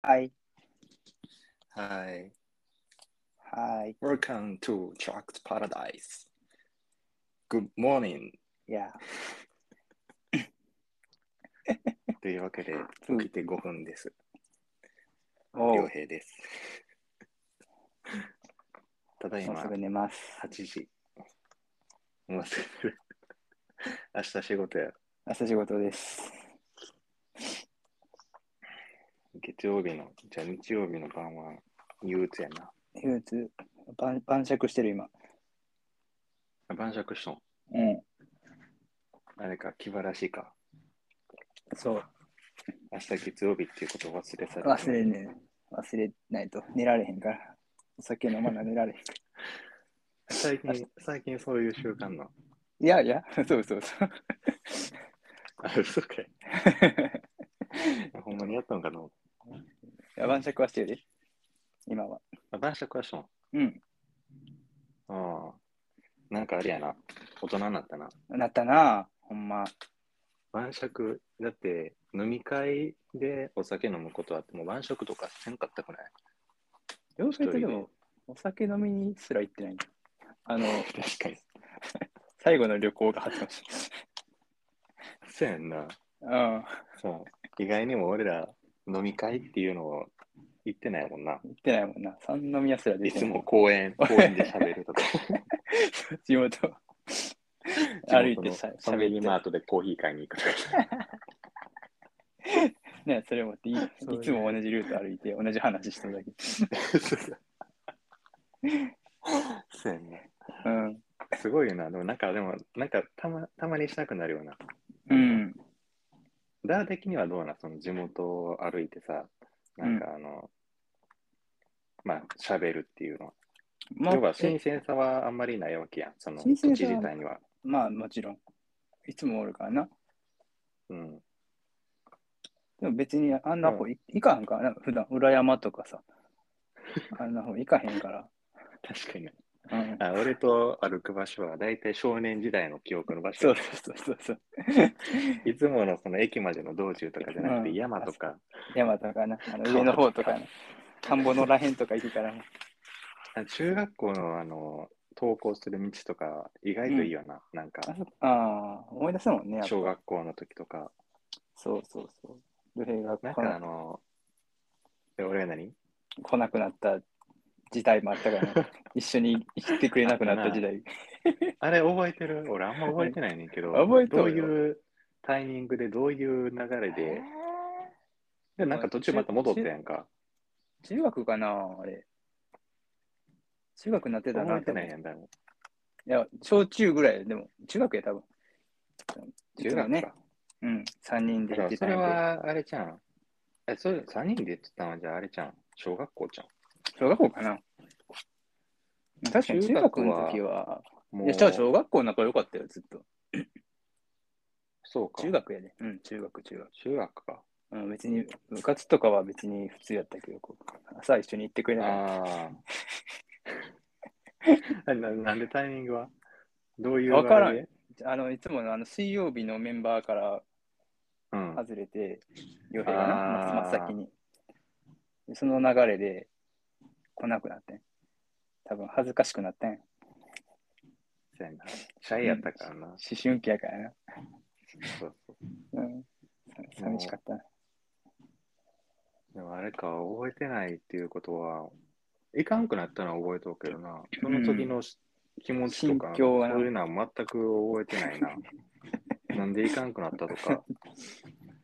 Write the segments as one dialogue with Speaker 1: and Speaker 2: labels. Speaker 1: はい。
Speaker 2: はい。
Speaker 1: はい。
Speaker 2: Welcome to Tract Paradise. Good morning.
Speaker 1: いや、
Speaker 2: というわけで、
Speaker 1: うん
Speaker 2: 起きて5分です。
Speaker 1: お
Speaker 2: 良
Speaker 1: う
Speaker 2: 平です。 ただい
Speaker 1: もう
Speaker 2: ます
Speaker 1: ぐ寝ます。
Speaker 2: 8時。もうすぐ。 明日仕事や。
Speaker 1: 朝仕事です。
Speaker 2: 月曜日の、じゃあ日曜日の晩は憂鬱やな。
Speaker 1: 憂鬱、晩晩酌してる今。
Speaker 2: あ晩酌しとん。
Speaker 1: うん。
Speaker 2: あれか、気晴らしいか。
Speaker 1: そう。
Speaker 2: 明日月曜日っていうことを忘れされてない
Speaker 1: 忘れね。忘れないと寝られへんから。お酒飲まな寝られへんから。
Speaker 2: 最近、最近そういう習慣の。
Speaker 1: いやいや、 そうそうそう。
Speaker 2: あ、嘘かい。ほんまにやったのかない
Speaker 1: や晩酌はしてるで。今は。
Speaker 2: あ晩酌はしとん。
Speaker 1: うん。
Speaker 2: ああ。なんかあれやな。大人になったな。
Speaker 1: なったなほんま。
Speaker 2: 晩酌、だって飲み会でお酒飲むことはあっても晩酌とかせんかったくない
Speaker 1: 両
Speaker 2: 人
Speaker 1: 方
Speaker 2: で
Speaker 1: でも、お酒飲みにすら行ってない。あの、
Speaker 2: 確かに。
Speaker 1: 最後の旅行が初かもし
Speaker 2: そうやんな。
Speaker 1: れない。 うん。
Speaker 2: そう。意外にも俺ら飲み会っていうのを言ってないもんな。
Speaker 1: 行ってないもんな。三宮すら出
Speaker 2: い
Speaker 1: て
Speaker 2: つ
Speaker 1: ない
Speaker 2: も公園、公園で喋ると か。
Speaker 1: 地 元歩いてし
Speaker 2: 地
Speaker 1: ゃ
Speaker 2: 元の
Speaker 1: しゃ
Speaker 2: ファ
Speaker 1: べ
Speaker 2: ミ
Speaker 1: っ
Speaker 2: リ
Speaker 1: て
Speaker 2: ーマートでコーヒー買いに行くとか。
Speaker 1: ねそれもっていいい
Speaker 2: そういう
Speaker 1: つも同じルート歩いて同じ話してるだけ
Speaker 2: そうやんな。
Speaker 1: うん
Speaker 2: すごいよな。でもなんか、でも、なんかたまたまにしたくなるような。
Speaker 1: うん
Speaker 2: ダー的にはどうなんその地元を歩いてさ、なんかあの、まあ、しゃべるっていうのは。
Speaker 1: まあ
Speaker 2: 要は新鮮さはあんまりないわけやん、その
Speaker 1: 新
Speaker 2: 土地
Speaker 1: 鮮さは
Speaker 2: 自体には。
Speaker 1: まあもちろんいつもおるからな
Speaker 2: うん。
Speaker 1: でも別にあんな方い行かんからな普段裏山とかさ あんな方行かへんから、
Speaker 2: 確かに。
Speaker 1: うん、
Speaker 2: あ俺と歩く場所は大体少年時代の記憶の場
Speaker 1: そ
Speaker 2: 所
Speaker 1: う。そうそうそう
Speaker 2: いつものその駅までの道中とかじゃなく
Speaker 1: う
Speaker 2: て
Speaker 1: ん
Speaker 2: 山とか、
Speaker 1: 山とかなあの上の方とかな田んぼのらへんとか行くからね
Speaker 2: あ中学校のあの、登校する道とか意外といいよな。なん
Speaker 1: あ
Speaker 2: か、
Speaker 1: そあー思い出すもんねやっぱ
Speaker 2: 小学校の時とか。
Speaker 1: そうそうそうルヘイが
Speaker 2: なん
Speaker 1: こ
Speaker 2: かあ
Speaker 1: の
Speaker 2: の、え俺は何
Speaker 1: 来なくなった時代もあったからね一緒に行ってくれなくなった時代
Speaker 2: あれ覚えてる俺あんま覚えてないねんけど、
Speaker 1: 覚えと
Speaker 2: どう
Speaker 1: るよ
Speaker 2: いうタイミングでどういう流れで、で、なんか途中また戻ったやんか。
Speaker 1: 中学かなあれ中学になってた
Speaker 2: 覚
Speaker 1: な
Speaker 2: えてないやん、だも
Speaker 1: いや小中ぐらいでも中学や多分
Speaker 2: 中
Speaker 1: いつも
Speaker 2: 学
Speaker 1: ね
Speaker 2: か。
Speaker 1: うん3人で
Speaker 2: だ
Speaker 1: 行
Speaker 2: か
Speaker 1: って
Speaker 2: ら
Speaker 1: たん
Speaker 2: それ
Speaker 1: やで
Speaker 2: は、あれじゃん。え、それ3人で言ってたのは、じゃああれじゃん。小学校じゃん。
Speaker 1: 小学校かな確かに中
Speaker 2: 中
Speaker 1: 学
Speaker 2: 学は
Speaker 1: の時は
Speaker 2: も
Speaker 1: いやじゃあ小学校仲良かったよずっと
Speaker 2: そうか。
Speaker 1: 中学やでうん中学中学
Speaker 2: 中学か。
Speaker 1: うん別に部活とかは別に普通やったけどこう朝一緒に行ってくれなかった
Speaker 2: ああ。 ななんでタイミングはどういう
Speaker 1: わからん
Speaker 2: あれで
Speaker 1: あのいつものあの水曜日のメンバーから
Speaker 2: うん。
Speaker 1: 外れて、洋平がな、
Speaker 2: あー
Speaker 1: 真っ先に。でその流れで来なくなってん。多分恥ずかしくなってん。思
Speaker 2: そうやなシャイやったからな。
Speaker 1: 春期やからな。
Speaker 2: そうそう
Speaker 1: うん。さ寂しかったな。
Speaker 2: でもあれか、覚えてないっていうことは、いかんくなったのは覚えとるけどな。その時のし気持ちとか、
Speaker 1: 心
Speaker 2: そ
Speaker 1: 境
Speaker 2: う
Speaker 1: がな
Speaker 2: いうのは全く覚えてないな。 なんでいかんくなったとか、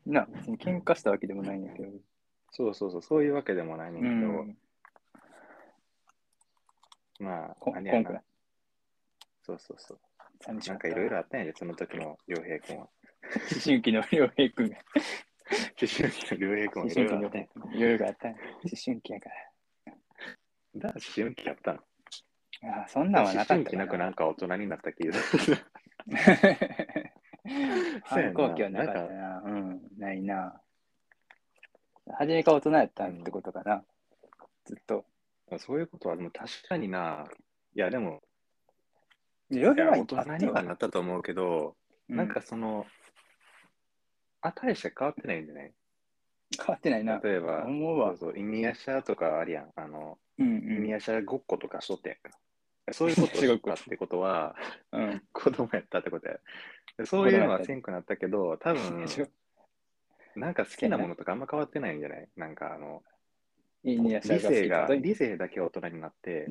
Speaker 1: な、別に喧嘩したわけでもないんだけど。
Speaker 2: そうそうそう、そういうわけでもないねん
Speaker 1: う
Speaker 2: けど、
Speaker 1: ん。
Speaker 2: まあ、
Speaker 1: こ
Speaker 2: あ
Speaker 1: ん
Speaker 2: れや
Speaker 1: くら
Speaker 2: な。
Speaker 1: い。
Speaker 2: そうそうそう。
Speaker 1: 寂しか
Speaker 2: な
Speaker 1: っ
Speaker 2: ん
Speaker 1: た
Speaker 2: かいろいろあったんやで、その時の良平君は。
Speaker 1: 思春期の洋平君 が。
Speaker 2: 思春期の良平君
Speaker 1: 思
Speaker 2: はい
Speaker 1: 春期の良
Speaker 2: ろいろあったん
Speaker 1: 平
Speaker 2: や。
Speaker 1: 君。いろいろあったんや。思春期やか
Speaker 2: だから思春期やったの。
Speaker 1: ら。あーそんなんは
Speaker 2: 思
Speaker 1: なかっ
Speaker 2: 春
Speaker 1: た
Speaker 2: 期なんかなんか大人になった気がす る。そうや
Speaker 1: 反
Speaker 2: んな
Speaker 1: 抗期はなかったな。うん、ないな。初めから大人やったってことかな。ずっと。
Speaker 2: そういうことは、でも確かにな、いやでも、
Speaker 1: いや
Speaker 2: いや大人にはなったと思うけど、なんかその、値しか変わってないんじゃない
Speaker 1: 変わってないな。
Speaker 2: 例えば、
Speaker 1: 思う
Speaker 2: そ
Speaker 1: わ
Speaker 2: う。そう、イニアシャとかあるやん。あの、
Speaker 1: うん
Speaker 2: イニアシャごっことかしとってんやんか。そういうことをしとったってことは、
Speaker 1: うん。うん。
Speaker 2: 子供やったってことや。でそういうのはせんくなったけど、多分、なんか好きなものとかあんま変わってないんじゃないなんかあの、
Speaker 1: いいね、
Speaker 2: 理性が、
Speaker 1: ス
Speaker 2: 理性だけ大人になって、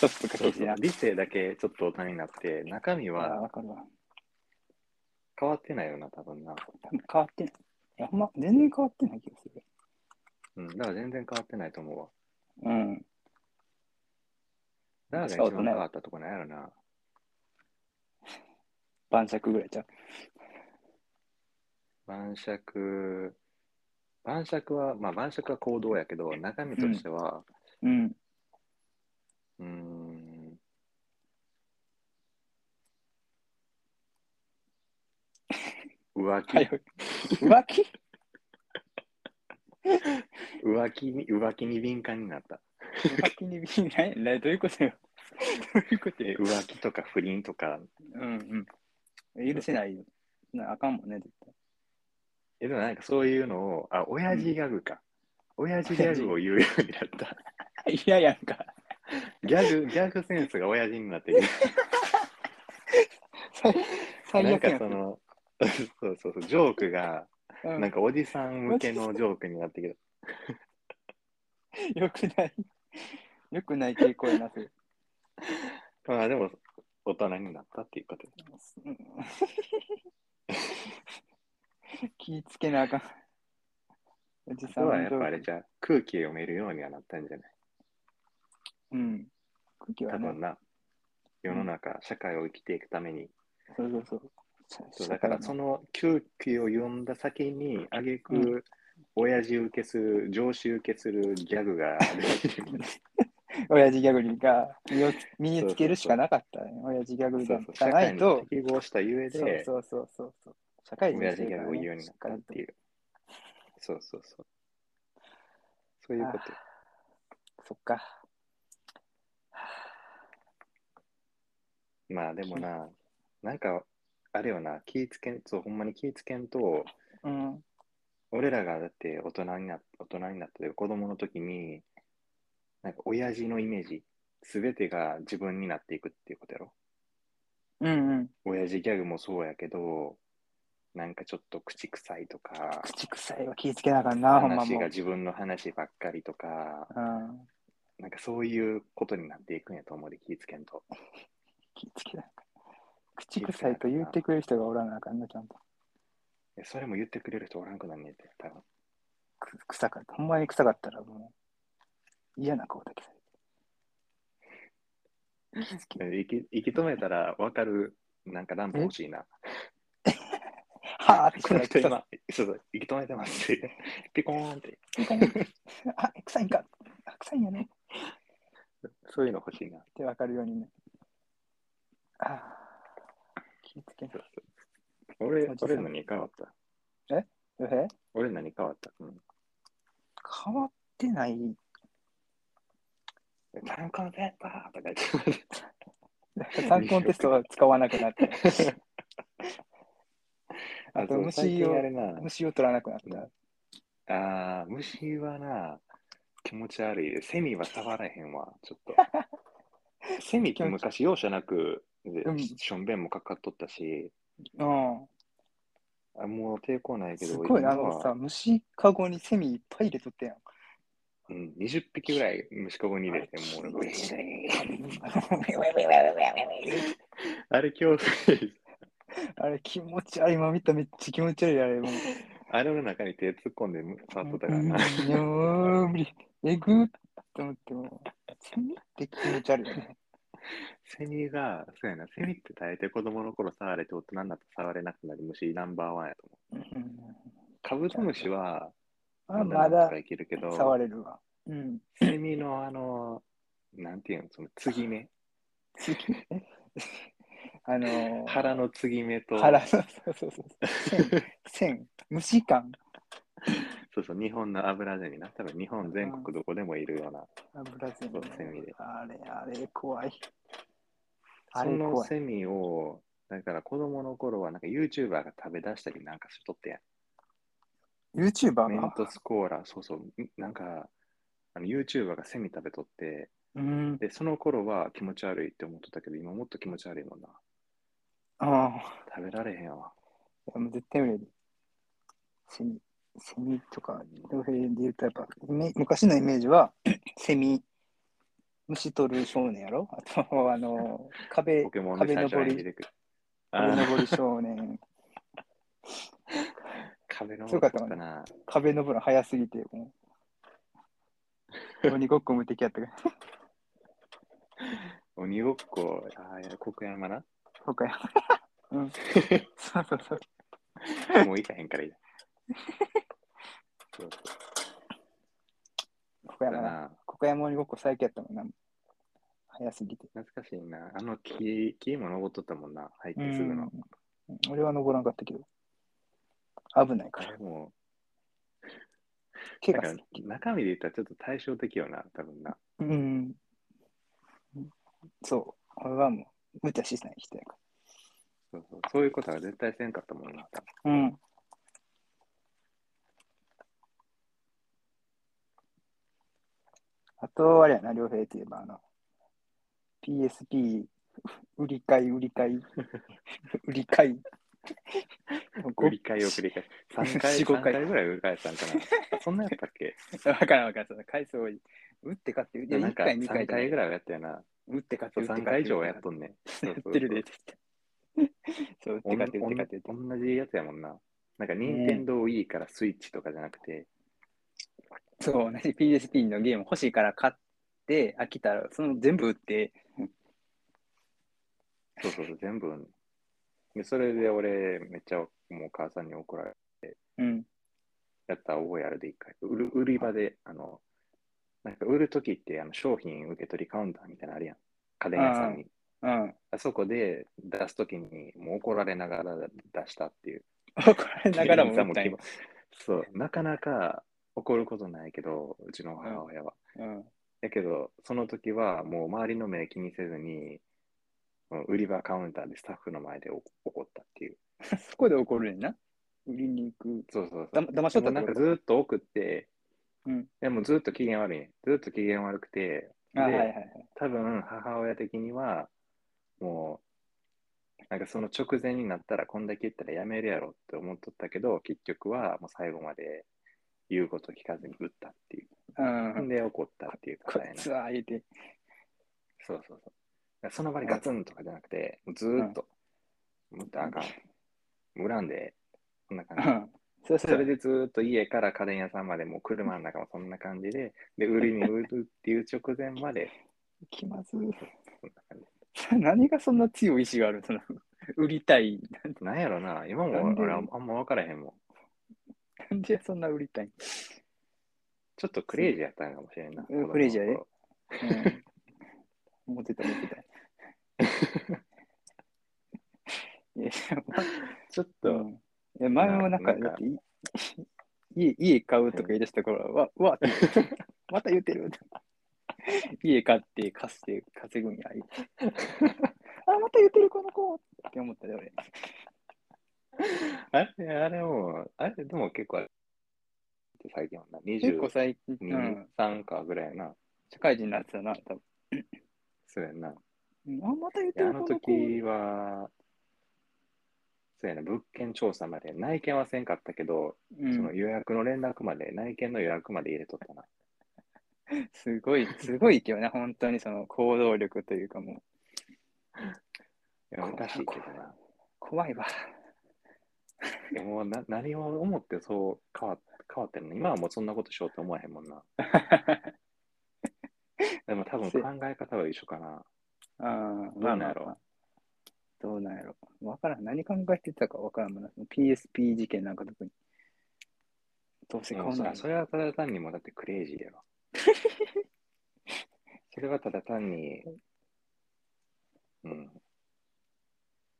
Speaker 1: トップか
Speaker 2: そ
Speaker 1: け
Speaker 2: うそ
Speaker 1: て
Speaker 2: う
Speaker 1: な。
Speaker 2: 理性だけちょっと大人になって、中身
Speaker 1: あ
Speaker 2: は
Speaker 1: わかるわ。
Speaker 2: 変わってないよな、多分な。
Speaker 1: 多分変わってない。いや、ほんま、全然変わってない気がする。
Speaker 2: うん、だから全然変わってないと思うわ。
Speaker 1: うん。
Speaker 2: だから一番変わったとこなんやろな。
Speaker 1: 晩酌ぐらいちゃう。
Speaker 2: 晩酌、晩酌は、まあ晩酌は行動やけど、中身としては、
Speaker 1: うん。
Speaker 2: うーん、浮気、
Speaker 1: はい。 浮気
Speaker 2: 浮気に、浮気に敏感になった。
Speaker 1: 浮気に敏感ないなどういうことよ。 どういうことよ。
Speaker 2: 浮気とか不倫とか、
Speaker 1: うんうん。許せないよ。なあかんもんね、絶対。
Speaker 2: え、でもなんかそういうのを、あ、親父ギャグか。親父ギャグを言うようになった。
Speaker 1: いややんか。
Speaker 2: ギャグ、ギャグセンスが親父になってきた
Speaker 1: 最
Speaker 2: な
Speaker 1: 最
Speaker 2: ん
Speaker 1: 悪や
Speaker 2: か
Speaker 1: ん
Speaker 2: その、 そうそうそう、ジョークが、
Speaker 1: うん
Speaker 2: なんかおじさん向けのジョークになってき た。
Speaker 1: よくない。よくない傾向やな、それ。
Speaker 2: まあでも、大人になったっていうこと
Speaker 1: うん 気ぃつけなあかん。おじさ
Speaker 2: そうんは
Speaker 1: の
Speaker 2: やっ
Speaker 1: ジョ
Speaker 2: ぱ
Speaker 1: ー
Speaker 2: あれじゃう空気読めるようにはなったんじゃない
Speaker 1: うん。空気
Speaker 2: 多
Speaker 1: はね
Speaker 2: 分。な、世の中、社会を生きていくために。
Speaker 1: そうそうそう。そ
Speaker 2: そうだから、その空気を読んだ先に、あげ
Speaker 1: う
Speaker 2: く、親父受けする、上司受けするギャグができ る。
Speaker 1: 親父ギャグが身をつ 身につけるしかなかったね。親父ギャグ
Speaker 2: そうそう社
Speaker 1: がな
Speaker 2: 会
Speaker 1: い
Speaker 2: に
Speaker 1: と、
Speaker 2: 適合したゆえ
Speaker 1: そう
Speaker 2: で、
Speaker 1: そうそうそうそう。社会人
Speaker 2: 親
Speaker 1: してる
Speaker 2: 父ギ
Speaker 1: か
Speaker 2: ャ
Speaker 1: ら
Speaker 2: グを
Speaker 1: ね
Speaker 2: 言うようになったっていう。そうそうそう。そういうこと。
Speaker 1: そっか。
Speaker 2: まあでもな、なんか、あれよな、気ぃつけん、そう、ほんまに気ぃつけんと、
Speaker 1: うん。
Speaker 2: 俺らがだって大人にな大人になったというか子供の時に、なんか親父のイメージ、すべてが自分になっていくっていうことやろ。
Speaker 1: うんうん。
Speaker 2: 親父ギャグもそうやけど、なんかちょっと口臭いとか、
Speaker 1: 口臭いは気ぃつけなあかんな、ほんま
Speaker 2: 話
Speaker 1: も
Speaker 2: が
Speaker 1: う。
Speaker 2: 自分の話ばっかりとか、
Speaker 1: うん。
Speaker 2: なんかそういうことになっていくんやと思うで、気ぃつけんと。
Speaker 1: 気ぃつけなあかん。口臭いと言ってくれる人がおらなあかんな、ちゃんと。
Speaker 2: いやそれも言ってくれる人おらんくなんねんって、多分。
Speaker 1: く臭かった。ほんまに臭かったらもう嫌な顔だけされて。気ぃつけ
Speaker 2: え息息止めたら分かる、なんかランプ欲しいな。
Speaker 1: はあって
Speaker 2: この 人
Speaker 1: 臭い。
Speaker 2: 今、 そうそう、息止めてますって。ピコーンって。
Speaker 1: あ、臭いんか。あ臭いんやね。
Speaker 2: そういうの欲しいな。
Speaker 1: ってわかるようにね。ああ、気ぃつけな。
Speaker 2: 俺
Speaker 1: おじ、さん
Speaker 2: 俺何変わった
Speaker 1: え変
Speaker 2: 俺何変わったうん。
Speaker 1: わってない。
Speaker 2: 何コンセントとか言って。
Speaker 1: なんか参考テストは使わなくなって。 あと
Speaker 2: そう最
Speaker 1: 虫
Speaker 2: 近 あ
Speaker 1: を、
Speaker 2: れな。
Speaker 1: 虫を取らなくなった。
Speaker 2: ああ、虫はな、気持ち悪いで。セミは触らへんわ、ちょ っと。セミって昔容赦なく、で
Speaker 1: うん
Speaker 2: しょんべんもかかっとったし、
Speaker 1: うん。
Speaker 2: あもう抵抗ないけど、
Speaker 1: すごいな、あ
Speaker 2: 今は
Speaker 1: のさ、虫かごにセミいっぱい入れとったやん。
Speaker 2: うん、20匹ぐらい虫かごに入れて、もう俺、あれ恐怖です。
Speaker 1: あれ気持ち悪い、今見ためっちゃ気持ち悪い、あれもう。
Speaker 2: あれの中に手突っ込んで触っとったからな。
Speaker 1: いやもう無理えぐっと思っても、セミって気持ち悪いよね。
Speaker 2: セミが、そうやな、セミって大抵子供の頃触れて大人になって触れなくなり虫ナンバーワンやと思う。
Speaker 1: うん
Speaker 2: カブトムシは、
Speaker 1: あ
Speaker 2: な
Speaker 1: ま
Speaker 2: んと
Speaker 1: だ
Speaker 2: かいけるけど、
Speaker 1: 触れるわ。うん。
Speaker 2: セミのあの、なんていうの、その継ぎ目、
Speaker 1: あのー、
Speaker 2: 腹の継ぎ目と、
Speaker 1: 腹の、そうそうそう。線、線、虫感、
Speaker 2: そうそう、日本の油ゼミな、多分日本全国どこでもいるような、
Speaker 1: 油線
Speaker 2: そうセミで。
Speaker 1: あれ、あれ、怖い。あ
Speaker 2: そ
Speaker 1: れ
Speaker 2: の
Speaker 1: 怖い。
Speaker 2: セミをだから子供の頃はなんか YouTuber が食べ出したりなんかしとってやん
Speaker 1: YouTuber
Speaker 2: メン
Speaker 1: が。
Speaker 2: トスコーラ、そうそう、んなんか、あの YouTuber がセミ食べとって、
Speaker 1: うん。
Speaker 2: で、その頃は気持ち悪いって思っとったけど、今もっと気持ち悪いもんな。
Speaker 1: ああ。
Speaker 2: 食べられへんわ。
Speaker 1: いやもう絶対無理。セミ、セミとか、両辺で言うとやっぱ、イメ昔のイメージは、セミ、虫取る少年やろあと、あの、壁、
Speaker 2: ポケモン
Speaker 1: 壁
Speaker 2: で最初
Speaker 1: 登
Speaker 2: に出
Speaker 1: り、
Speaker 2: てくる。
Speaker 1: 壁
Speaker 2: あー
Speaker 1: 登り少年。
Speaker 2: 壁の
Speaker 1: 強
Speaker 2: 登
Speaker 1: か
Speaker 2: っ
Speaker 1: ったたもんね
Speaker 2: な。
Speaker 1: 壁登るの早すぎて、もう。鬼ごっこ無敵やったから。
Speaker 2: 鬼ごっこ、ああ、黒山な。
Speaker 1: そうかや。うん。そうそうそう。
Speaker 2: もう行かへんからいいや。そう
Speaker 1: ここや
Speaker 2: だ
Speaker 1: な。
Speaker 2: な。
Speaker 1: ここや鬼ごっこ最強やったもんな。早すぎて。
Speaker 2: 懐かしいな。あの木、木も登っとったもんな。入ってすぐの。
Speaker 1: うん俺は登らんかったけど。危ない
Speaker 2: あ
Speaker 1: から。
Speaker 2: れも、
Speaker 1: 怪
Speaker 2: な
Speaker 1: 我
Speaker 2: んか
Speaker 1: する。
Speaker 2: 中身で言ったらちょっと対照的よな、多分な。
Speaker 1: うん。そう。俺はもう、無茶しない人やか
Speaker 2: そうそうそういうことは絶対せんかったもんな。多
Speaker 1: ら。
Speaker 2: 分
Speaker 1: うん。あと、あれやな、良平といえば、あの、PSP、売り買い、売り買い、売り買い。
Speaker 2: 繰り返しを繰り返し。3回、
Speaker 1: 4 5
Speaker 2: 4
Speaker 1: 回
Speaker 2: 回ぐらい繰り返したんかな。あそんなんやっ たっけ
Speaker 1: 分からん分からん、その回数多い。打って勝って、いや、
Speaker 2: なん
Speaker 1: 1
Speaker 2: か
Speaker 1: 回、2
Speaker 2: 3
Speaker 1: 回
Speaker 2: 回ぐ
Speaker 1: らい。
Speaker 2: らいはやったよな。
Speaker 1: 打って勝って、
Speaker 2: そう
Speaker 1: 打って勝って。
Speaker 2: 3回以上はやっ
Speaker 1: っ
Speaker 2: とんねん。
Speaker 1: や
Speaker 2: そうそうそう
Speaker 1: ってるで、打ってそう、打って
Speaker 2: おんおん
Speaker 1: 勝って、打って勝って、打って勝って。
Speaker 2: 同じやつやもんな。なんか、任天堂 Wii からスイッチとかじゃなくて、
Speaker 1: そう、同じ PSP のゲーム欲しいから買って、飽きたら、その全部打って、
Speaker 2: そうそうそう、全部。で、それで俺、めっちゃもう母さんに怒られ
Speaker 1: うん。
Speaker 2: やった覚えあるで一回。売る売り場で、あの、なんか売るときってあの商品受け取りカウンターみたいなのあるやん。家電屋さんに。
Speaker 1: うん。
Speaker 2: あそこで出すときにもう怒られながら出したっていう。
Speaker 1: 怒られながらも
Speaker 2: 店
Speaker 1: 打
Speaker 2: 員
Speaker 1: った
Speaker 2: さ
Speaker 1: ん
Speaker 2: ん
Speaker 1: や
Speaker 2: も。そう、なかなか怒ることないけど、うちの母親は。
Speaker 1: うん。
Speaker 2: だけど、その時はもう周りの目気にせずに、うん売り場カウンターでスタッフの前でお怒ったっていう。
Speaker 1: そこで怒るねんな。売りに行く。
Speaker 2: そうそうそ
Speaker 1: だ
Speaker 2: う。
Speaker 1: 騙しとった
Speaker 2: もうなん
Speaker 1: って
Speaker 2: か
Speaker 1: こ
Speaker 2: ずーっと送って、
Speaker 1: うん
Speaker 2: いやもうずーっと機嫌悪いね。ずーっと機嫌悪くて、
Speaker 1: とあ、はいはいは
Speaker 2: で、
Speaker 1: い。
Speaker 2: 多分母親的には、もう、なんかその直前になったら、こんだけ言ったらやめるやろって思っとったけど、結局はもう最後まで言うこと聞かずに打ったっていう。
Speaker 1: うん。
Speaker 2: で、怒ったっていう
Speaker 1: こ
Speaker 2: 答え
Speaker 1: い
Speaker 2: な。
Speaker 1: つ
Speaker 2: そう
Speaker 1: は言うて。
Speaker 2: そうそう。だからその場でガツンとかじゃなくて、もうずーっと、もっとあかん。恨んで、こんな
Speaker 1: う
Speaker 2: 感
Speaker 1: ん。
Speaker 2: じ。
Speaker 1: そう
Speaker 2: そ
Speaker 1: そう
Speaker 2: れ。でずーっと家から家電屋さんまでもう車の中もそんな感じで、で、売りに売るっていう直前まで、
Speaker 1: 気まずい。
Speaker 2: そんな感じ。
Speaker 1: 何がそんな強い意志があるその、売りたい。
Speaker 2: なんやろな、今
Speaker 1: なん
Speaker 2: も
Speaker 1: で
Speaker 2: 俺あんま分からへんもん。
Speaker 1: なんでそんな売りたい
Speaker 2: ちょっとクレイジーやったんかもしれん
Speaker 1: う
Speaker 2: な。
Speaker 1: ん
Speaker 2: 子供の頃
Speaker 1: クレイジーやでうん思ってた思ってた。 いや
Speaker 2: ちょっ
Speaker 1: う
Speaker 2: と、
Speaker 1: んいや前もなんか、
Speaker 2: なんか
Speaker 1: だってい 家家買うとか言い出した頃は、うわ、うわ、また言ってる。家買って、貸して、稼ぐんや。あ、 また言ってる、この子って思ったで、俺。
Speaker 2: あれ、あれもう、あれでも結構あれ、最近はな、
Speaker 1: 結構
Speaker 2: 22、
Speaker 1: 最近、うん、
Speaker 2: 3かぐらいやな。
Speaker 1: 社会人になってたな、多分。
Speaker 2: そうやんな。い
Speaker 1: うんあ、また言って
Speaker 2: や、あ
Speaker 1: る、
Speaker 2: の
Speaker 1: この子。
Speaker 2: 時は、そうやな、物件調査まで、内見はせんかったけど、
Speaker 1: うん
Speaker 2: その予約の連絡まで、内見の予約まで入れとったな。
Speaker 1: すごい、すごいけどね、本当にその行動力というかもう、
Speaker 2: いや、おかしいけどな。
Speaker 1: 怖いわ。
Speaker 2: いやもうな何を思ってそう変わっ変わってるの今はもうそんなことしようと思わへんもん な。でも多分
Speaker 1: せ
Speaker 2: 考え方は一緒かな。
Speaker 1: あー
Speaker 2: どうなんやろ
Speaker 1: どうなんやろわからん。何考えてたかわからんもんな。その PSP 事件なんか特に。どうせ買
Speaker 2: もう
Speaker 1: う
Speaker 2: そ
Speaker 1: な
Speaker 2: ら
Speaker 1: い
Speaker 2: それはただ単にもうだってクレイジー やろ。それはただ単に、うん。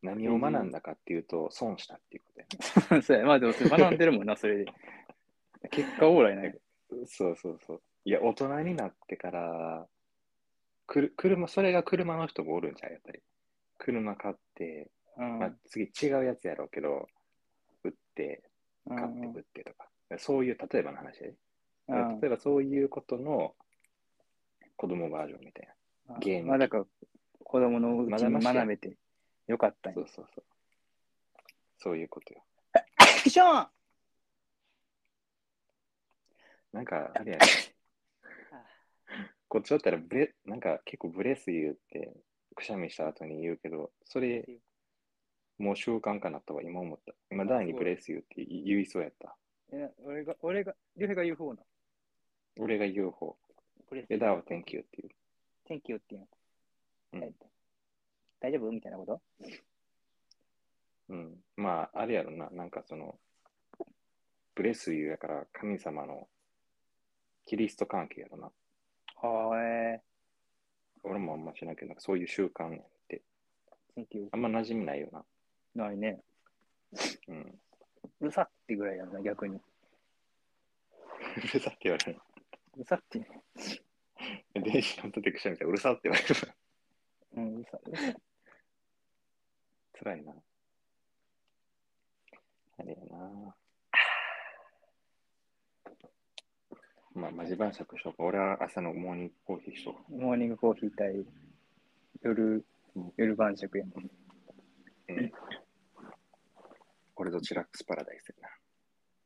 Speaker 2: 何を学んだかっていうと、損したっていうことや ね。
Speaker 1: そうや。まあでもそれ学んでるもん な、それで。結果オーライないけ
Speaker 2: そうそうそう。いや、大人になってから、くる車、それが車の人もおるんちゃうやっぱり。車買って、
Speaker 1: どうん
Speaker 2: まあ、次違うやつやろうけど、売って、買って売ってとか、そういう、例えばの話で、
Speaker 1: うん
Speaker 2: 例えばそういうことの子供バージョンみたい
Speaker 1: うん
Speaker 2: ゲーム
Speaker 1: まあだから子供のうちに
Speaker 2: まだましや
Speaker 1: 学べてよかった
Speaker 2: な。
Speaker 1: ん
Speaker 2: そ
Speaker 1: や
Speaker 2: うそうそう。そういうことよ。
Speaker 1: アクション
Speaker 2: なんか、あれやね。こっちだったらブレ、なんか結構ブレス言うって、くしゃみした後に言うけど、それ、もう習慣かなとは今思った。今、第にブレス言うって言い言いそうやった。
Speaker 1: え俺が、俺が、リュウヘイが言う方な。
Speaker 2: 俺が言う方。
Speaker 1: これ、
Speaker 2: で、ダーは Thank you っていう。
Speaker 1: 天気よっていう
Speaker 2: う
Speaker 1: の。
Speaker 2: ん
Speaker 1: え大丈夫みたいなこと
Speaker 2: うん、まあ、あれやろな、なんかその、ブレスユーやから神様のキリスト関係やろな。
Speaker 1: はえ
Speaker 2: 俺もあんましないけど、なんかそういう習慣って、
Speaker 1: 天気よ
Speaker 2: あんま馴染みないよな。
Speaker 1: ないね。
Speaker 2: うん。
Speaker 1: うるさってぐらいやな、逆に。
Speaker 2: うるさって言われる。
Speaker 1: うるさって。
Speaker 2: 電子のプテクションみたいな、うるさって言われる。
Speaker 1: うん、うるさ。
Speaker 2: 辛いな。あれやな。まあ、マジ晩酌しようか。俺は朝のモーニングコーヒーしようか。
Speaker 1: モーニングコーヒー対夜
Speaker 2: うん、
Speaker 1: 夜晩食やな。
Speaker 2: うん。俺とチラックスパラダイスやな。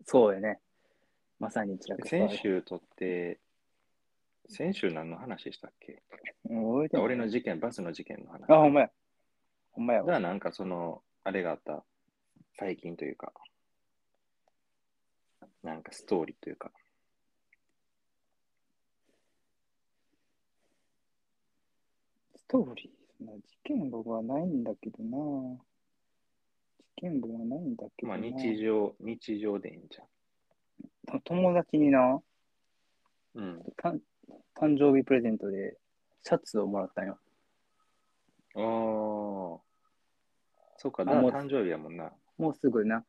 Speaker 1: そうやね。まさに気楽
Speaker 2: 先週とって、先週何の話したっけ
Speaker 1: うん覚えてない
Speaker 2: 俺の事件、バスの事件の話。
Speaker 1: あ、ほんまや。ほんまやわ。
Speaker 2: がなんかその、あれがあった、最近というか、なんかストーリーというか、
Speaker 1: ストーリー、な事件簿はないんだけどな。事件簿はないんだけど
Speaker 2: ま
Speaker 1: な。
Speaker 2: あ日常、日常でいいんじ
Speaker 1: と友達にな、
Speaker 2: ゃん。うん。
Speaker 1: た誕生日プレゼントでシャツをもらったんよ。
Speaker 2: ああ。そうか、
Speaker 1: あ
Speaker 2: だから
Speaker 1: もう
Speaker 2: 誕生日やもんな。
Speaker 1: もうすぐな。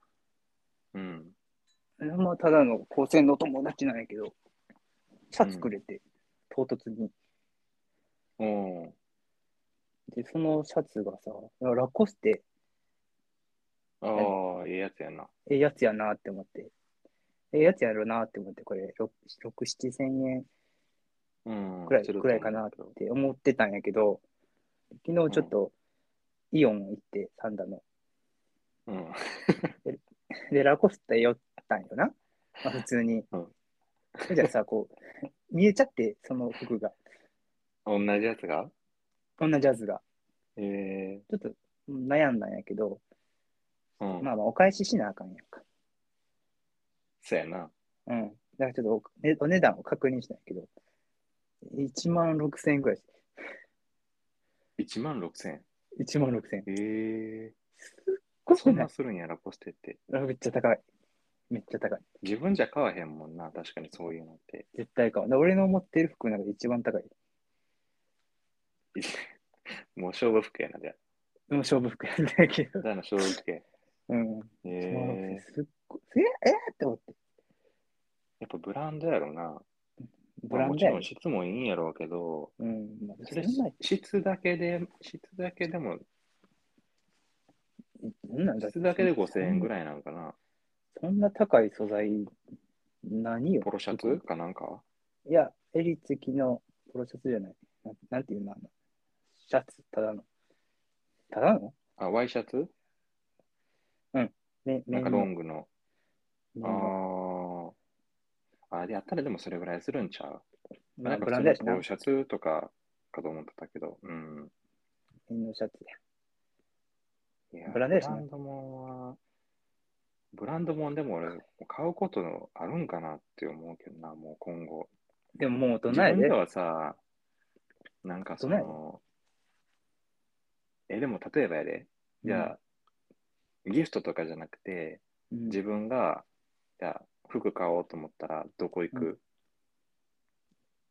Speaker 2: うん。
Speaker 1: まあ、ただの高専の友達なんやけど、シャツくれて、唐突に。
Speaker 2: おお
Speaker 1: で、そのシャツがさ、いやラコステ、
Speaker 2: ー。ああ、ええやつやな。
Speaker 1: ええやつやなって思って、ええやつやろなって思って、これ、6、7千円
Speaker 2: うん。
Speaker 1: くらい
Speaker 2: すると
Speaker 1: くらいかなって思ってたんやけど、昨日ちょっとイオン行って、サンダの。
Speaker 2: うん。
Speaker 1: で、ラコスタ寄ったんよな。まあ、普通に。
Speaker 2: うん
Speaker 1: それじゃさ、こう、見えちゃって、その服が、
Speaker 2: 同じやつが
Speaker 1: こんなジャズが。
Speaker 2: ええ
Speaker 1: ちょっと悩んだんやけど、
Speaker 2: ー。うん。
Speaker 1: まあまあ、お返ししなあかんやんか。
Speaker 2: そうやな。
Speaker 1: うん。だからちょっとお,、ね、お値段を確認したんやけど、1万6000円くらいし
Speaker 2: 1万6000円。
Speaker 1: 1万6000円。
Speaker 2: ええ
Speaker 1: こ
Speaker 2: そ
Speaker 1: そ
Speaker 2: ん
Speaker 1: んな
Speaker 2: なするんや、ラコステって。
Speaker 1: めっちゃ高い。めっちゃ高い。
Speaker 2: 自分じゃ買わへんもんな、確かにそういうのって。
Speaker 1: 絶対買う。だから俺の持ってる服の中で一番高い。
Speaker 2: もう勝負服やな、じゃあ。
Speaker 1: でも勝負服やんだけど。
Speaker 2: ただの勝負服や。
Speaker 1: うん。
Speaker 2: え
Speaker 1: え
Speaker 2: え
Speaker 1: すっごい。ええって思って。
Speaker 2: やっぱブランドやろな。
Speaker 1: ブラン
Speaker 2: も
Speaker 1: ド
Speaker 2: ち
Speaker 1: や
Speaker 2: ろ
Speaker 1: ね
Speaker 2: ん。質もいいんやろうけど、
Speaker 1: うん。まあ
Speaker 2: それ
Speaker 1: そんな、
Speaker 2: 質だけで、質だけでも、
Speaker 1: そんなんだって
Speaker 2: 質だけで5000円ぐらいなんかな。
Speaker 1: そんな高い素材、何よ。
Speaker 2: ポロシャツかなんか
Speaker 1: いや、襟付きのポロシャツじゃない。ななんていうのあのシャツ、ただの。ただの
Speaker 2: あ、ワイシャツ
Speaker 1: ね、
Speaker 2: なんかロングの。
Speaker 1: グ
Speaker 2: ああ。あ、で、やったらでもそれぐらいするんちゃう
Speaker 1: ま
Speaker 2: な
Speaker 1: あ、
Speaker 2: んか
Speaker 1: ブ
Speaker 2: 普
Speaker 1: ラ
Speaker 2: 通
Speaker 1: ンドやし
Speaker 2: のポ
Speaker 1: な
Speaker 2: ロ。シャツとかかと思ってたけど、うん。
Speaker 1: 綿のシャツや。
Speaker 2: いや
Speaker 1: ブランドやし
Speaker 2: ブ
Speaker 1: な
Speaker 2: ランドもんは、ブランドもんでも俺、買うことのあるんかなって思うけどな、もう今後。
Speaker 1: でももう大
Speaker 2: 自
Speaker 1: 人や
Speaker 2: 分
Speaker 1: で
Speaker 2: で。はさ、なんかそ
Speaker 1: 大人
Speaker 2: の、え、でも例えばやで、じゃあ、ギフトとかじゃなくて、
Speaker 1: うん、
Speaker 2: 自分が、じゃあ、服買おうと思ったら、どこ行
Speaker 1: う
Speaker 2: く、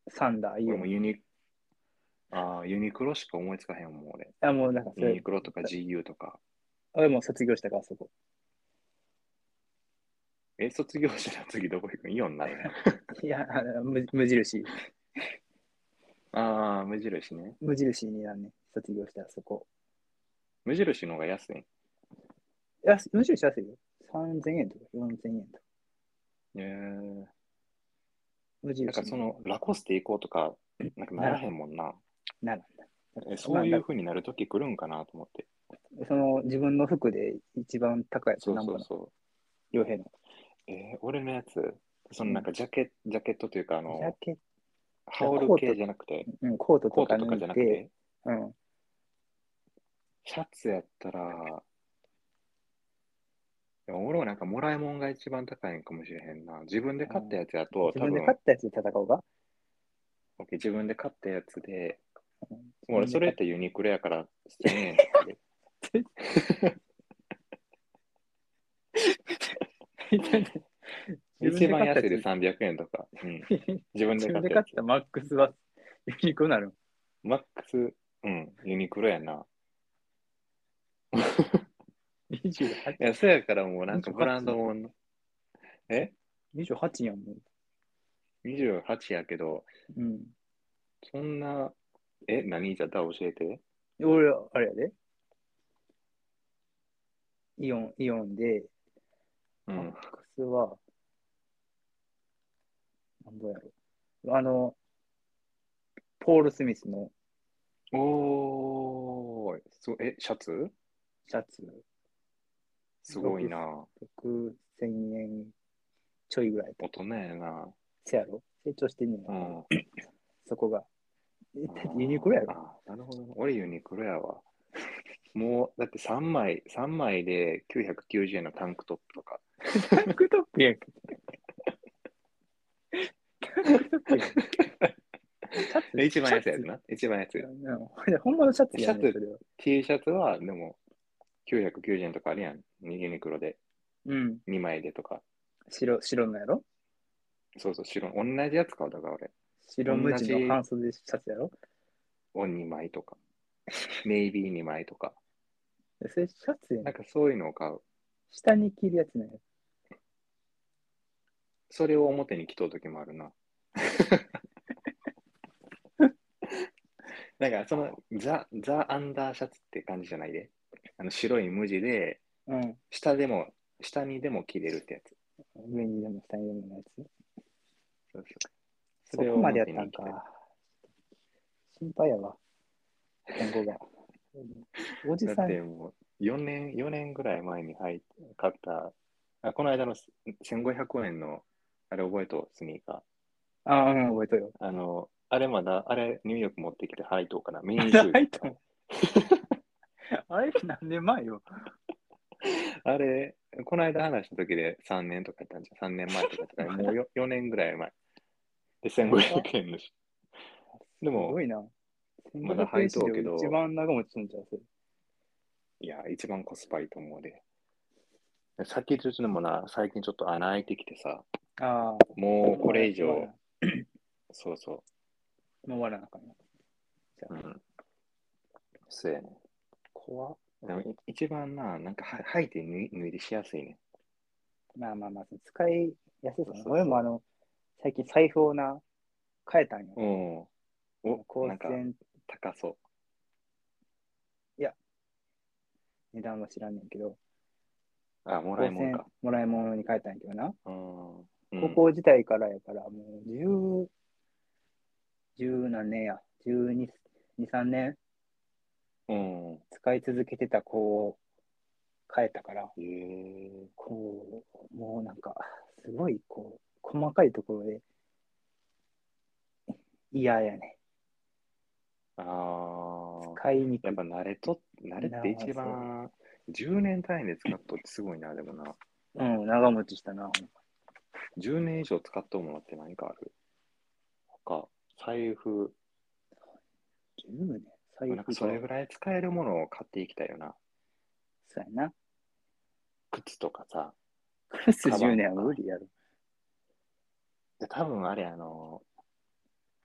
Speaker 1: サンダー、いい
Speaker 2: 俺
Speaker 1: よ。
Speaker 2: も
Speaker 1: い
Speaker 2: ユニ、ああ、ユニクロしか思いつかへんもん、俺。
Speaker 1: や、もうなんかそ
Speaker 2: ユニ
Speaker 1: れ、
Speaker 2: クロとか GU とか。
Speaker 1: 俺もう卒業したから、あそこ。
Speaker 2: え、卒業したら次どこ行くんイオンになるね。
Speaker 1: いや、あの無無印。
Speaker 2: ああ、無印ね。
Speaker 1: 無印になんね、卒業したらそこ。
Speaker 2: 無印の方が安い。
Speaker 1: 安い、むしろ安いよ。3000円とか4000円とか。
Speaker 2: えー、
Speaker 1: 無印
Speaker 2: なんかそのラコステ行こうとか、なんかならへんもんな。
Speaker 1: ならんだ
Speaker 2: えそういう風になるとき来るんかなと思って。
Speaker 1: その自分の服で一番高いやつ、
Speaker 2: そう
Speaker 1: なんぼ
Speaker 2: そう
Speaker 1: の、
Speaker 2: そ
Speaker 1: 洋平の。
Speaker 2: う。えー、俺のやつ、そのなんかジャケ,、ジャケットというか、あ
Speaker 1: ジャ
Speaker 2: の、
Speaker 1: ケッ
Speaker 2: 羽織る系じゃなくて、
Speaker 1: ト、うん、コート
Speaker 2: コ
Speaker 1: とか
Speaker 2: ートとか
Speaker 1: 抜
Speaker 2: じゃ
Speaker 1: い
Speaker 2: な
Speaker 1: て、
Speaker 2: くて、
Speaker 1: うん、
Speaker 2: シャツやったら、でも俺はなんかもらいもんが一番高いんかもしれへんな。自分で買ったやつやと、
Speaker 1: 自
Speaker 2: 多
Speaker 1: 分で
Speaker 2: 分
Speaker 1: 買ったやつで戦おうか。
Speaker 2: OK 自分で買ったやつで、
Speaker 1: うん
Speaker 2: もう俺
Speaker 1: 自分で買っ
Speaker 2: それやってユニクロやから、1000円 一番安いで300円とか、うん、自 分
Speaker 1: 自
Speaker 2: で
Speaker 1: 分
Speaker 2: 買っ
Speaker 1: で
Speaker 2: たや
Speaker 1: 買っ
Speaker 2: つ。
Speaker 1: たマックスはユニクロなる。
Speaker 2: マックス、うん、ユニクロやな。
Speaker 1: 28,
Speaker 2: いや、そやからもうなんかブランドもん、え
Speaker 1: 28やんも
Speaker 2: ?28 やけど、
Speaker 1: う。うん。
Speaker 2: そんな、え、何じゃった教えて。
Speaker 1: 俺、あれやで。イオン、イオンで、
Speaker 2: う
Speaker 1: マッ
Speaker 2: ん。
Speaker 1: クスは、なんぼやろ。あの、ポール・スミスの
Speaker 2: おーいそう、え、シャツ
Speaker 1: シャツ、
Speaker 2: すごいな。
Speaker 1: 6000円ちょいぐらい
Speaker 2: 大
Speaker 1: と。
Speaker 2: 人やな。
Speaker 1: せやろ成長してんねん、
Speaker 2: うん。
Speaker 1: そこが。え ユニクロやろ
Speaker 2: あーなるほどね。俺ユニクロやわ。 もう、だって3枚、三枚で990円のタンクトップとか。
Speaker 1: タ ンクトップやんけ。タンクトップやんシャツ
Speaker 2: で一番安いやつな。一番安いや
Speaker 1: うんほんまのシャツやねん
Speaker 2: シャツ
Speaker 1: それは
Speaker 2: T シャツは、でも、990円とかあるやん。ユニクロで。
Speaker 1: うん。
Speaker 2: 2枚でとか。
Speaker 1: 白、白のやろ
Speaker 2: そうそう、白。同じやつ買うだから俺。
Speaker 1: 白無地
Speaker 2: 同じ
Speaker 1: の半袖シャツやろ
Speaker 2: を2枚 とか。ネイビー2枚とか。
Speaker 1: それシャツやね
Speaker 2: なんんかそういうのを買う。
Speaker 1: 下に着るやつなんや。
Speaker 2: それを表に着とう時もあ るな。なんかそのザ・ザ・アンダーシャツって感じじゃないで。あの白い無地で、
Speaker 1: うん。
Speaker 2: 下でも、下にでも着れるってやつ。
Speaker 1: 上にでも下にでものやつ。
Speaker 2: そうそ
Speaker 1: そ
Speaker 2: れを
Speaker 1: こまでやったんか
Speaker 2: 表に。
Speaker 1: 心配やわ。今後 が。おじ
Speaker 2: う
Speaker 1: さ
Speaker 2: だっ
Speaker 1: ん
Speaker 2: て、もう4年、4年ぐらい前に入っ買った、あこの間の1500円の、あれ覚えとう、スニーカ
Speaker 1: ああ、うん、覚えとるよ。
Speaker 2: ー。あの、あれまだ、あれニューヨーク持ってきて履いとうかな。ミニシューズ
Speaker 1: 入ったもんあれ何年前よ。
Speaker 2: あれ、この間話した時で3年とかやったんじゃん。3年前とかとか、もうよ 4, 年ぐらい前。で、1500円のし。でも
Speaker 1: すごいな。
Speaker 2: まだ入っとうけ
Speaker 1: 1500
Speaker 2: ど
Speaker 1: 一番長持ちすんじゃん、それ。
Speaker 2: いや、一番コスパいいと思うで。さっき言ってでもな、最近ちょっと穴開いてきてさ、
Speaker 1: ああ。
Speaker 2: もうこれ以
Speaker 1: もう終わ
Speaker 2: 上
Speaker 1: ら、
Speaker 2: そうそ
Speaker 1: もう終わらなあかんな。
Speaker 2: う。うん。そうやね。怖っでもい一番な、なんかは履いて脱い脱いでしやすいね。
Speaker 1: まあまあまあ、使いやすいか
Speaker 2: そう
Speaker 1: な。
Speaker 2: そう
Speaker 1: 俺もあの、最近財布をな、変えたんよ。
Speaker 2: うん。お、
Speaker 1: 高
Speaker 2: なんか
Speaker 1: 専
Speaker 2: 高そ
Speaker 1: 値段は知らんねんけど、
Speaker 2: う。あ、も
Speaker 1: 高
Speaker 2: らいもん
Speaker 1: 専
Speaker 2: か。
Speaker 1: もらい物に変えたんやけどな。
Speaker 2: うん。うん
Speaker 1: 高校時代からやから、もう十、十何年や、十二、二三年
Speaker 2: うん。
Speaker 1: 使い続けてた子を変えたから、
Speaker 2: へえ
Speaker 1: こう、もうなんか、すごい、こう、細かいところで、嫌やね。
Speaker 2: ああ。
Speaker 1: 買いにく
Speaker 2: や
Speaker 1: い
Speaker 2: っ。ぱ慣れと、慣れって一番、10年単位で使っとってすごいな、でもな。
Speaker 1: うん、長持ちしたな。
Speaker 2: 10年以上使っとうものって何かある他、財布、
Speaker 1: 10年、財
Speaker 2: なんか
Speaker 1: 布
Speaker 2: そ
Speaker 1: と、
Speaker 2: れぐらい使えるものを買っていきたいよな。
Speaker 1: そうやな。
Speaker 2: 靴とかさ。
Speaker 1: クラス10年は無理やろ。
Speaker 2: で多分あれ、あの、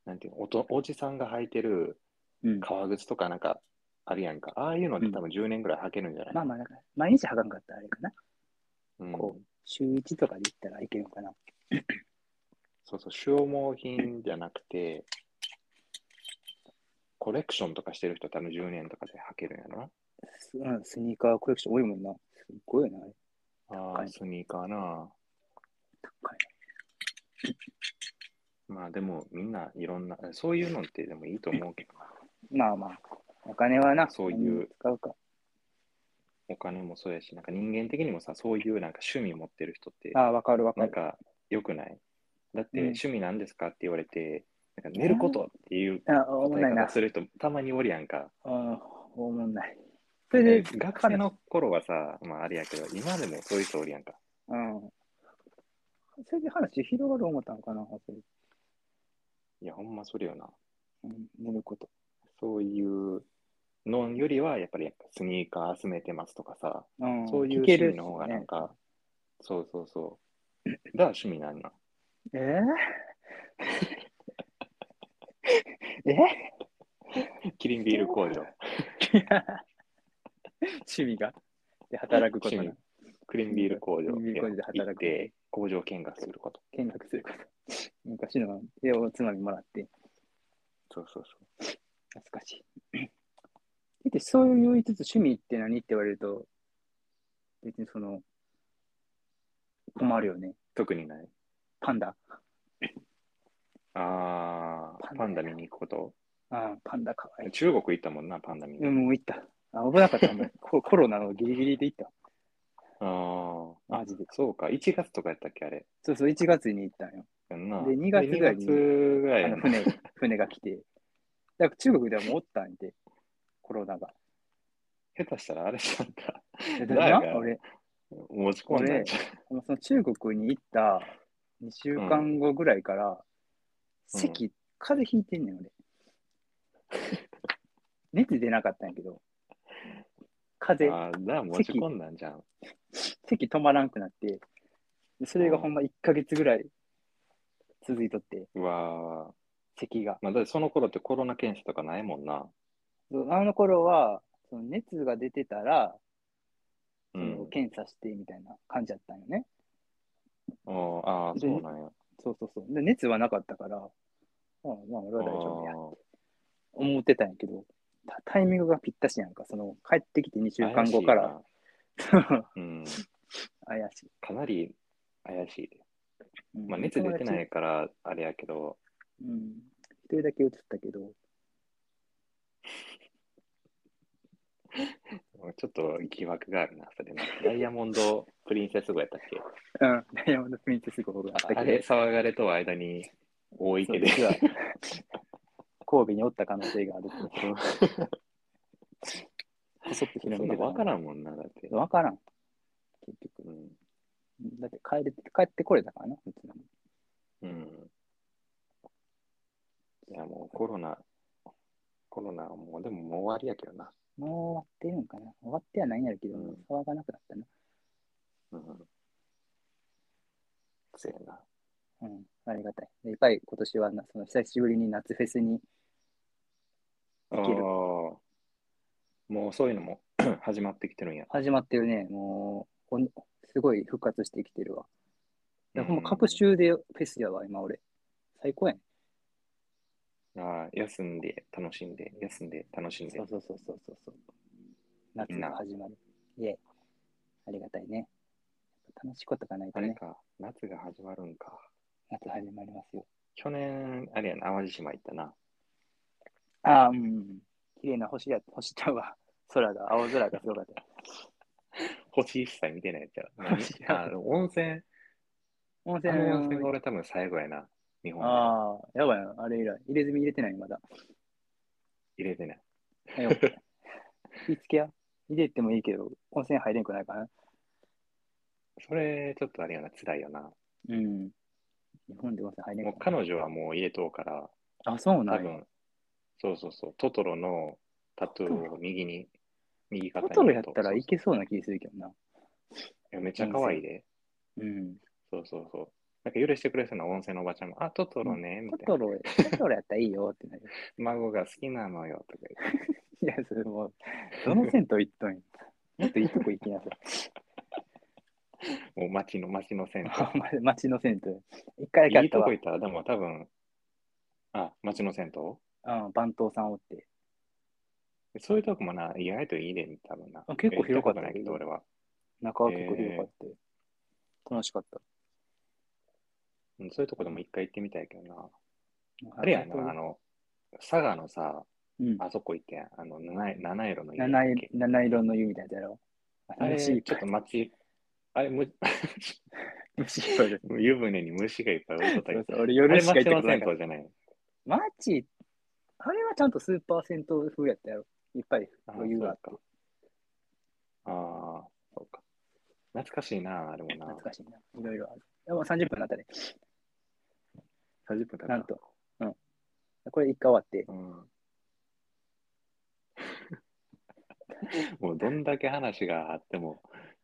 Speaker 2: なんていうのおと、おじさんが履いてる
Speaker 1: うん。
Speaker 2: 革靴とかなんかあるやんか。ああいうのって多分10年ぐらい履けるんじゃない、
Speaker 1: まあまあ、だから、毎日はかんかったらあれかな。
Speaker 2: うん
Speaker 1: こう、週1とかで行ったらいけるのかな。
Speaker 2: そうそう、消耗品じゃなくて、コレクションとかしてる人多分10年とかで履けるんやろな。
Speaker 1: すうん、スニーカーコレクション多いもんな。すっごいごいよね、あれ。
Speaker 2: ああ、スニーカーな。
Speaker 1: 高い。
Speaker 2: まあでもみんないろんな、そういうのってでもいいと思うけどな。
Speaker 1: まあまあ、お金はな、
Speaker 2: そういう
Speaker 1: 使うか。
Speaker 2: お金もそうやし、なんか人間的にもさ、そういうなんか趣味持ってる人って
Speaker 1: あ、あ、わかるわか
Speaker 2: なん
Speaker 1: る。
Speaker 2: か良くないだって
Speaker 1: うん
Speaker 2: 趣味なんですかって言われて、なんか寝ることっていう
Speaker 1: あ、おも
Speaker 2: 答
Speaker 1: んな
Speaker 2: え
Speaker 1: いな
Speaker 2: 方。する人たまにおるやんか。
Speaker 1: うん、おもんない。それ
Speaker 2: で
Speaker 1: で、
Speaker 2: 学生の頃はさ、まああれやけど、今でもそういう人おるやんか。
Speaker 1: うん。それで話広がる思ったのかな、それ。
Speaker 2: いや、ほんまそれよな。
Speaker 1: うん、寝ること。
Speaker 2: そういうのよりは、やっぱりスニーカー集めてますとかさ、
Speaker 1: うん、
Speaker 2: そういう
Speaker 1: 聞け
Speaker 2: 趣
Speaker 1: る
Speaker 2: 味の方が
Speaker 1: しね
Speaker 2: なんか、そうそうそう。だから趣味なんな。
Speaker 1: えーえ
Speaker 2: キリンビール工 場。
Speaker 1: 趣味がで働くことな
Speaker 2: 趣味クリーンビール工
Speaker 1: キリ
Speaker 2: 場
Speaker 1: ンビール工場で
Speaker 2: 行っ
Speaker 1: 働く
Speaker 2: て工場見学すること。
Speaker 1: 見学すること。昔の絵をおつまみもらって、
Speaker 2: そうそうそう。
Speaker 1: 懐かしい。だってそう言い つつ趣味って何って言われると、別にその、困るよね。
Speaker 2: 特にない。
Speaker 1: パンダ。
Speaker 2: ああ、
Speaker 1: パ
Speaker 2: パ
Speaker 1: ン
Speaker 2: ン
Speaker 1: ダ
Speaker 2: ダ見に行くこ
Speaker 1: ああ、パンダかわい
Speaker 2: と
Speaker 1: い。
Speaker 2: 中国行ったもんな、パンダ見
Speaker 1: う
Speaker 2: に。
Speaker 1: ん、もう行った。あ危なかったもん コ。コロナのギリギリで行った。
Speaker 2: ああ、
Speaker 1: マジで
Speaker 2: そうか、1月とかやったっけ、あれ。
Speaker 1: そうそう、1月に行ったんよ。
Speaker 2: やんな
Speaker 1: で2月ぐらいに
Speaker 2: で2月ぐらい
Speaker 1: あ
Speaker 2: や
Speaker 1: の
Speaker 2: な
Speaker 1: 船、船が来て。だから中国ではもうおったんで、コロナが。
Speaker 2: 下手したらあれじゃんか。
Speaker 1: だ
Speaker 2: だ
Speaker 1: から
Speaker 2: か ら
Speaker 1: 俺、
Speaker 2: 持ち込んだんじゃん。
Speaker 1: その中国に行った2週間後ぐらいから、咳、風邪ひいてんねん、俺。熱出なかったんやけど、風邪、
Speaker 2: ああ、だから持ち込んだんじゃん。
Speaker 1: 咳止まらんくなって、でそれがほんま1ヶ月ぐらい続いとって、
Speaker 2: うわあ。
Speaker 1: 咳が。
Speaker 2: まあ、だってその頃ってコロナ検査とかないもんな。
Speaker 1: そうあの頃は、その熱が出てたら、
Speaker 2: う
Speaker 1: その
Speaker 2: ん。
Speaker 1: 検査してみたいな感じだったんよね。
Speaker 2: おーああ、
Speaker 1: で
Speaker 2: そうなんや。
Speaker 1: そうそうそう。で、熱はなかったから、まあまあ、俺は大丈夫や。
Speaker 2: 夫
Speaker 1: 思ってたんやけど、たタイミングがぴったしやんか。その、帰ってきて2週間後から。。
Speaker 2: うん。
Speaker 1: 怪しい。
Speaker 2: かなり怪しいで。
Speaker 1: うん
Speaker 2: まあ、熱出てな。
Speaker 1: 友達
Speaker 2: いから、あれやけど、
Speaker 1: うん。一人だけ映ったけど、
Speaker 2: ちょっと疑惑があるな、それな。ダイヤモンドプリンセス号やったっけ
Speaker 1: うん。ダイヤモンドプリンセス号 があった
Speaker 2: あ
Speaker 1: け
Speaker 2: れ、
Speaker 1: ど、
Speaker 2: 騒がれとは間に大池で。
Speaker 1: そう実は神戸におった可能性があるって。 こそっと
Speaker 2: そ
Speaker 1: 広
Speaker 2: ん
Speaker 1: め
Speaker 2: な
Speaker 1: てた
Speaker 2: 分からんもんな、だって。
Speaker 1: わからん。結局。
Speaker 2: うん。
Speaker 1: だって帰れて、帰ってこれたからな、普通に。
Speaker 2: うん。いや、もうコロナ、コロナはもう、でももう終わりやけどな。
Speaker 1: もう終わってるんかな。終わってはないんやろけど、
Speaker 2: うん
Speaker 1: 騒がなくなったな。
Speaker 2: うん。せやな。
Speaker 1: うん、ありがたい。でいっぱい今年はなその久しぶりに夏フェスに
Speaker 2: あ
Speaker 1: いける
Speaker 2: ーもうそういうのも 始まってきてるんや。
Speaker 1: 始まってるね。もう、ほんすごい復活してきてるわ。いやほんま各
Speaker 2: うん
Speaker 1: 州でフェスやわ、今俺。最高やね。
Speaker 2: あー休んで、楽しんで、休んで、楽しんで
Speaker 1: そう。そうそうそうそうそう。夏が始まる。イェイありがたいね。楽しいことがないと
Speaker 2: あれ
Speaker 1: ね、
Speaker 2: か、夏が始まるんか。
Speaker 1: 夏始まりますよ。
Speaker 2: 去年、あれやな、淡路島行ったな。
Speaker 1: ああ、うんうん。綺麗な星や、星ちゃうわ。空が、青空がすごかった。
Speaker 2: 星一切見てな いやつや
Speaker 1: 星一切
Speaker 2: あの温泉、
Speaker 1: 温
Speaker 2: あ
Speaker 1: 泉
Speaker 2: の温泉が俺多分最後やな。日本で
Speaker 1: ああ、やばいな。あれ以来。入れ墨入れてない、 まだ。
Speaker 2: 入れてない。
Speaker 1: はよ。気付けや。入れてもいいけど、温泉入れんくないかな。
Speaker 2: それ、ちょっとあれやな、辛いよな。
Speaker 1: うん。日本で温泉入れ
Speaker 2: もうん
Speaker 1: か
Speaker 2: 彼女はもう入れとうから、
Speaker 1: な。あ、そう
Speaker 2: 多
Speaker 1: なんや。
Speaker 2: 分、そうそうそう、トトロのタトゥーを右に、右肩
Speaker 1: トト
Speaker 2: に
Speaker 1: ロやったらい
Speaker 2: そう
Speaker 1: けそうな気するけどな。
Speaker 2: そういやめっちゃ可愛いで。
Speaker 1: うん。
Speaker 2: そうそうそう。なんか許してくれそうな温泉のおばちゃんも、あ、トトロね、み
Speaker 1: ト
Speaker 2: たい
Speaker 1: ト
Speaker 2: な。
Speaker 1: ロ、トトロやったらいいよってなる。
Speaker 2: 孫が好きなのよ、とか言っ
Speaker 1: い
Speaker 2: て。
Speaker 1: や、それもう、どの銭湯行っとんや。もっといいとこ行き なさい。
Speaker 2: もう町の、町の 銭湯。
Speaker 1: お前町の銭湯。一回だけあ
Speaker 2: い
Speaker 1: っ
Speaker 2: い
Speaker 1: た
Speaker 2: と
Speaker 1: わ
Speaker 2: こ。行ったら、でも多分、あ、町の銭湯
Speaker 1: うん、番頭さんおって。
Speaker 2: そういうとこもな、意外といいで、多分な
Speaker 1: あ。結構広かったよ
Speaker 2: 行ことないけど、俺は。
Speaker 1: 中は結構広かって、楽しかった。
Speaker 2: うんそういうとこでも一回行ってみたいけどな。あれやな、あの、佐賀のさ、
Speaker 1: うん、
Speaker 2: あそこ行ってんあの、七い七色の家
Speaker 1: 七い七色の湯みたいなやつやろ。
Speaker 2: あれ、
Speaker 1: 虫いっ
Speaker 2: ちょっ
Speaker 1: ぱ
Speaker 2: と
Speaker 1: い。
Speaker 2: 街、あれ、む
Speaker 1: 虫いっぱいいる。
Speaker 2: 湯船に虫がいっぱい置いとったけ
Speaker 1: そう
Speaker 2: ど、
Speaker 1: そう 俺
Speaker 2: あ
Speaker 1: 夜
Speaker 2: れ
Speaker 1: しか行って
Speaker 2: 街
Speaker 1: こ
Speaker 2: の
Speaker 1: ないか
Speaker 2: 銭
Speaker 1: ら。
Speaker 2: 湯じゃない。
Speaker 1: マジあれはちゃんとスーパー銭湯風やったやろ。いっぱい
Speaker 2: ああ、
Speaker 1: 余裕
Speaker 2: そ
Speaker 1: があって。
Speaker 2: うか。ああ、そうか。懐かしいな、あれもな。
Speaker 1: 懐かしいな。いろいろある。でも30分になったね。
Speaker 2: 30分経った。
Speaker 1: なんと。うん。これ一回終わって。
Speaker 2: うん もうどんだけ話があっても、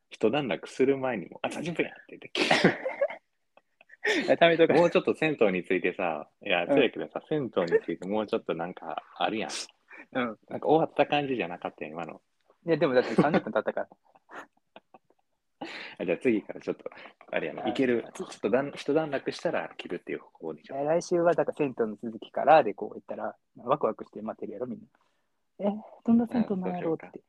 Speaker 2: 一段落する前にも、あ、30分やって言って
Speaker 1: あため とか。
Speaker 2: もうちょっと銭湯についてさ、いや、そうやけどさ、銭湯についてもうちょっとなんかあるやん。
Speaker 1: うん。
Speaker 2: なんか終わった感じじゃなかったよ、今の。
Speaker 1: いや、でもだって30分経ったから。
Speaker 2: あじゃあ次からちょっと、あれやな、
Speaker 1: はい
Speaker 2: いける、ちょっと段一段落したら切るっていう方向にしよ
Speaker 1: 来週はだから銭湯の続きからでこう行ったら、ワクワクして待ってるやろ、みんな。え、どんな銭湯なんやろうって。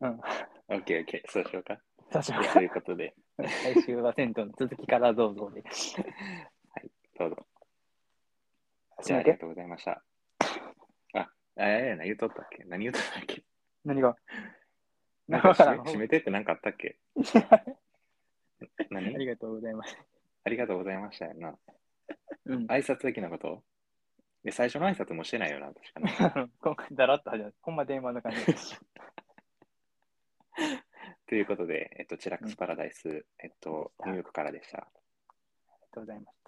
Speaker 1: うん。
Speaker 2: う。オッケーオッケー、そうしようか。
Speaker 1: そうしよう
Speaker 2: じゃあ
Speaker 1: か
Speaker 2: ということで、
Speaker 1: 来週は銭湯の続きからどうぞ で。
Speaker 2: どうぞ。じ
Speaker 1: じ
Speaker 2: ゃ
Speaker 1: ゃ
Speaker 2: あ
Speaker 1: あ
Speaker 2: ありがとうございました。あ、あれやな、言うとったっけ何言うとったっ け
Speaker 1: 何が
Speaker 2: なん
Speaker 1: わ
Speaker 2: か
Speaker 1: か
Speaker 2: 閉
Speaker 1: ら
Speaker 2: め
Speaker 1: ん
Speaker 2: 閉めてって何かあったっけ
Speaker 1: あり
Speaker 2: 何
Speaker 1: がとうございます。
Speaker 2: ありがとうございましたよな。
Speaker 1: うん。
Speaker 2: 挨拶的なことで最初の挨拶もしてないよな、確かに。
Speaker 1: 今回だらっと始まる。ほんま電話の感じ。
Speaker 2: ということで、えっと、チラックスパラダイス、えっと、ニューヨークからでした。
Speaker 1: ありがとうございます。